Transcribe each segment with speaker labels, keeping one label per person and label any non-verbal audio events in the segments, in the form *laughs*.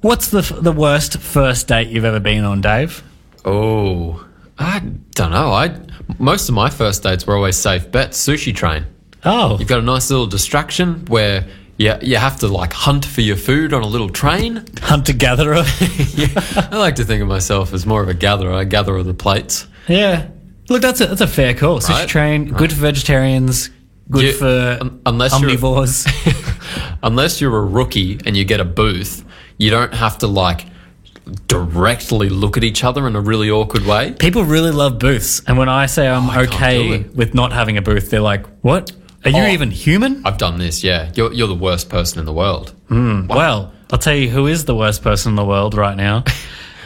Speaker 1: What's the f- the worst first date you've ever been on, Dave?
Speaker 2: Oh, I don't know. I most of my first dates were always safe bets. Sushi train.
Speaker 1: Oh,
Speaker 2: You've got a nice little distraction where you, you have to like hunt for your food on a little train. *laughs*
Speaker 1: hunter gatherer.
Speaker 2: I like to think of myself as more of a gatherer. I gather all the plates. *laughs*
Speaker 1: yeah, look, that's a that's a fair call. Sushi
Speaker 2: Right,
Speaker 1: train, good for vegetarians, good
Speaker 2: You-
Speaker 1: for
Speaker 2: un- unless you're- *laughs*
Speaker 1: omnivores.
Speaker 2: Unless you're a rookie and you get a booth, you don't have to like directly look at each other in a really awkward way.
Speaker 1: People really love booths, and when I say I'm
Speaker 2: Oh, I can't do
Speaker 1: okay
Speaker 2: it.
Speaker 1: with not having a booth, they're like, "What? Are you
Speaker 2: Oh.
Speaker 1: even human?"
Speaker 2: I've done this, yeah. You're, you're the worst person in the world.
Speaker 1: Well, I'll tell you who is the worst person in the world right
Speaker 2: *laughs*
Speaker 1: now.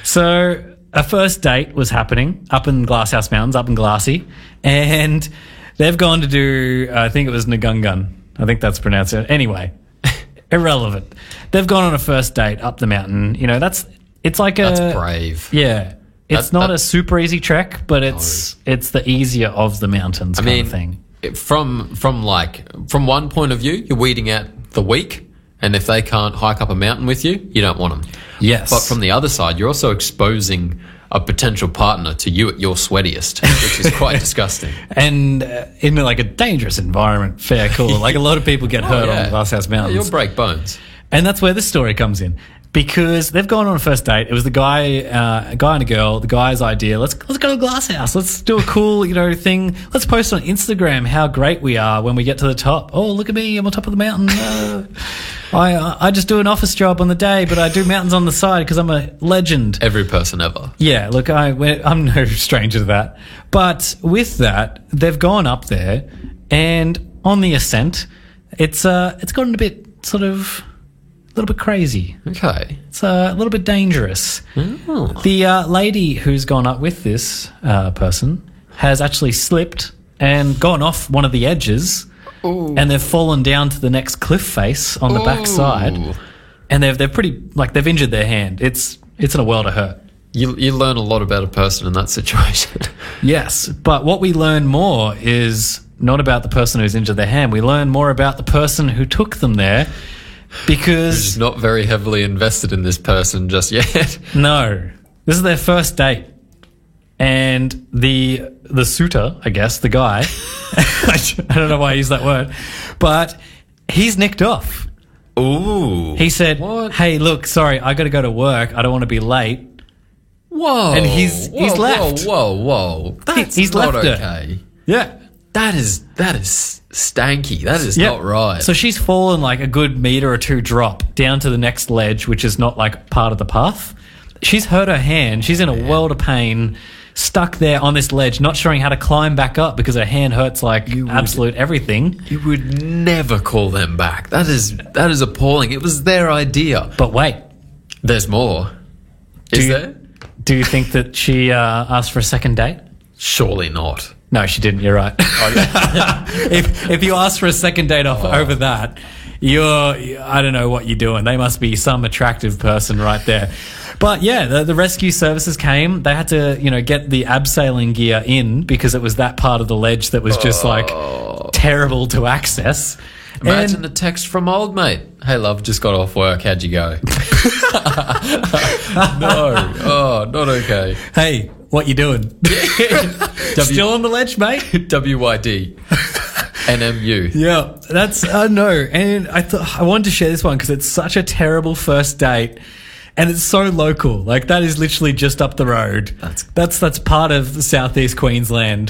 Speaker 1: so, a first date was happening up in Glasshouse Mountains, up in Glassy, and they've gone to do, I think it was Nagungun. I think that's pronounced it.
Speaker 2: *laughs*
Speaker 1: Anyway, irrelevant. They've gone on a first date up the mountain. You know, that's, it's like a.
Speaker 2: That's brave.
Speaker 1: Yeah. It's
Speaker 2: That-
Speaker 1: not
Speaker 2: that-
Speaker 1: a super easy trek, but it's it's the easier of the mountains kind of thing.
Speaker 2: it- from from like from one point of view, you're weeding out the weak, and if they can't hike up a mountain with you, you don't want them.
Speaker 1: Yes.
Speaker 2: But from the other side, you're also exposing a potential partner to you at your sweatiest, which
Speaker 1: *laughs*
Speaker 2: is quite disgusting.
Speaker 1: and uh, in like a dangerous environment. Fair
Speaker 2: *laughs*
Speaker 1: call. Like a lot of people get hurt on Glasshouse
Speaker 2: Oh, Yeah,
Speaker 1: Mountains,
Speaker 2: You'll break bones.
Speaker 1: and that's where this story comes in because they've gone on a first date. It was the guy, uh, a guy and a girl. The guy's idea. Let's let's go to Glasshouse. Let's do a cool you know thing. Let's post on Instagram how great we are when we get to the top. Oh look at me! I'm on top of the mountain. *laughs* Uh, I I- I just do an office job on the day, but I do mountains on the side because I'm a legend.
Speaker 2: Every person ever.
Speaker 1: Yeah, look, I, we- I'm no *laughs* stranger to that. But with that, they've gone up there, and on the ascent, it's uh, it's gotten a bit sort of a little bit crazy.
Speaker 2: Okay. Oh.
Speaker 1: It's uh, a little bit dangerous.
Speaker 2: Hmm.
Speaker 1: The uh, lady who's gone up with this uh, person has actually slipped and gone off one of the edges, and they've fallen down to the next cliff face on the
Speaker 2: Ooh.
Speaker 1: backside, and they've they're pretty like they've injured their hand. It's it's in a world of hurt.
Speaker 2: You, you learn a lot about a person in that situation. *laughs*
Speaker 1: Yes, but what we learn more is not about the person who's injured their hand. We learn more about the person who took them there because
Speaker 2: Just not very heavily invested in this person just yet. *laughs*
Speaker 1: no, this is their first date. And the the suitor, I guess, the guy, *laughs* I don't know why I use that word, but he's nicked off.
Speaker 2: Ooh.
Speaker 1: He said,
Speaker 2: What?
Speaker 1: "Hey, look, sorry, I got to go to work. I don't want to be late."
Speaker 2: Whoa.
Speaker 1: And he's-
Speaker 2: whoa,
Speaker 1: he's left.
Speaker 2: Whoa, whoa, whoa. That's
Speaker 1: he's
Speaker 2: not
Speaker 1: left her.
Speaker 2: okay.
Speaker 1: Yeah,
Speaker 2: That is that is stanky. That is
Speaker 1: Yeah.
Speaker 2: not right.
Speaker 1: So she's fallen like a good meter or two drop down to the next ledge, which is not like part of the path. She's hurt her hand. She's in a world of pain, stuck there on this ledge, not showing how to climb back up because her hand hurts like absolute everything.
Speaker 2: you would never call them back. That is that is appalling. It was their idea.
Speaker 1: But wait,
Speaker 2: There's more. Is
Speaker 1: you-
Speaker 2: there?
Speaker 1: do you think that she uh, asked for a second date?
Speaker 2: Surely not.
Speaker 1: No, she didn't. You're right. *laughs* if if you ask for a second date off over that, you're I don't know what you're doing. They must be some attractive person right there. But yeah, the, the rescue services came. They had to you know get the abseiling gear in because it was that part of the ledge that was just like terrible to access.
Speaker 2: Imagine
Speaker 1: And-
Speaker 2: a text from old mate. Hey love, just got off work. How'd you
Speaker 1: *laughs*
Speaker 2: go? *laughs* no. Oh, not okay.
Speaker 1: hey, what you doing? *laughs* Still on the ledge, mate.
Speaker 2: WYD. NMU.
Speaker 1: Yeah, that's I know, and I thought I wanted to share this one because it's such a terrible first date, and it's so local. Like that is literally just up the road. That's that's that's part of Southeast Queensland.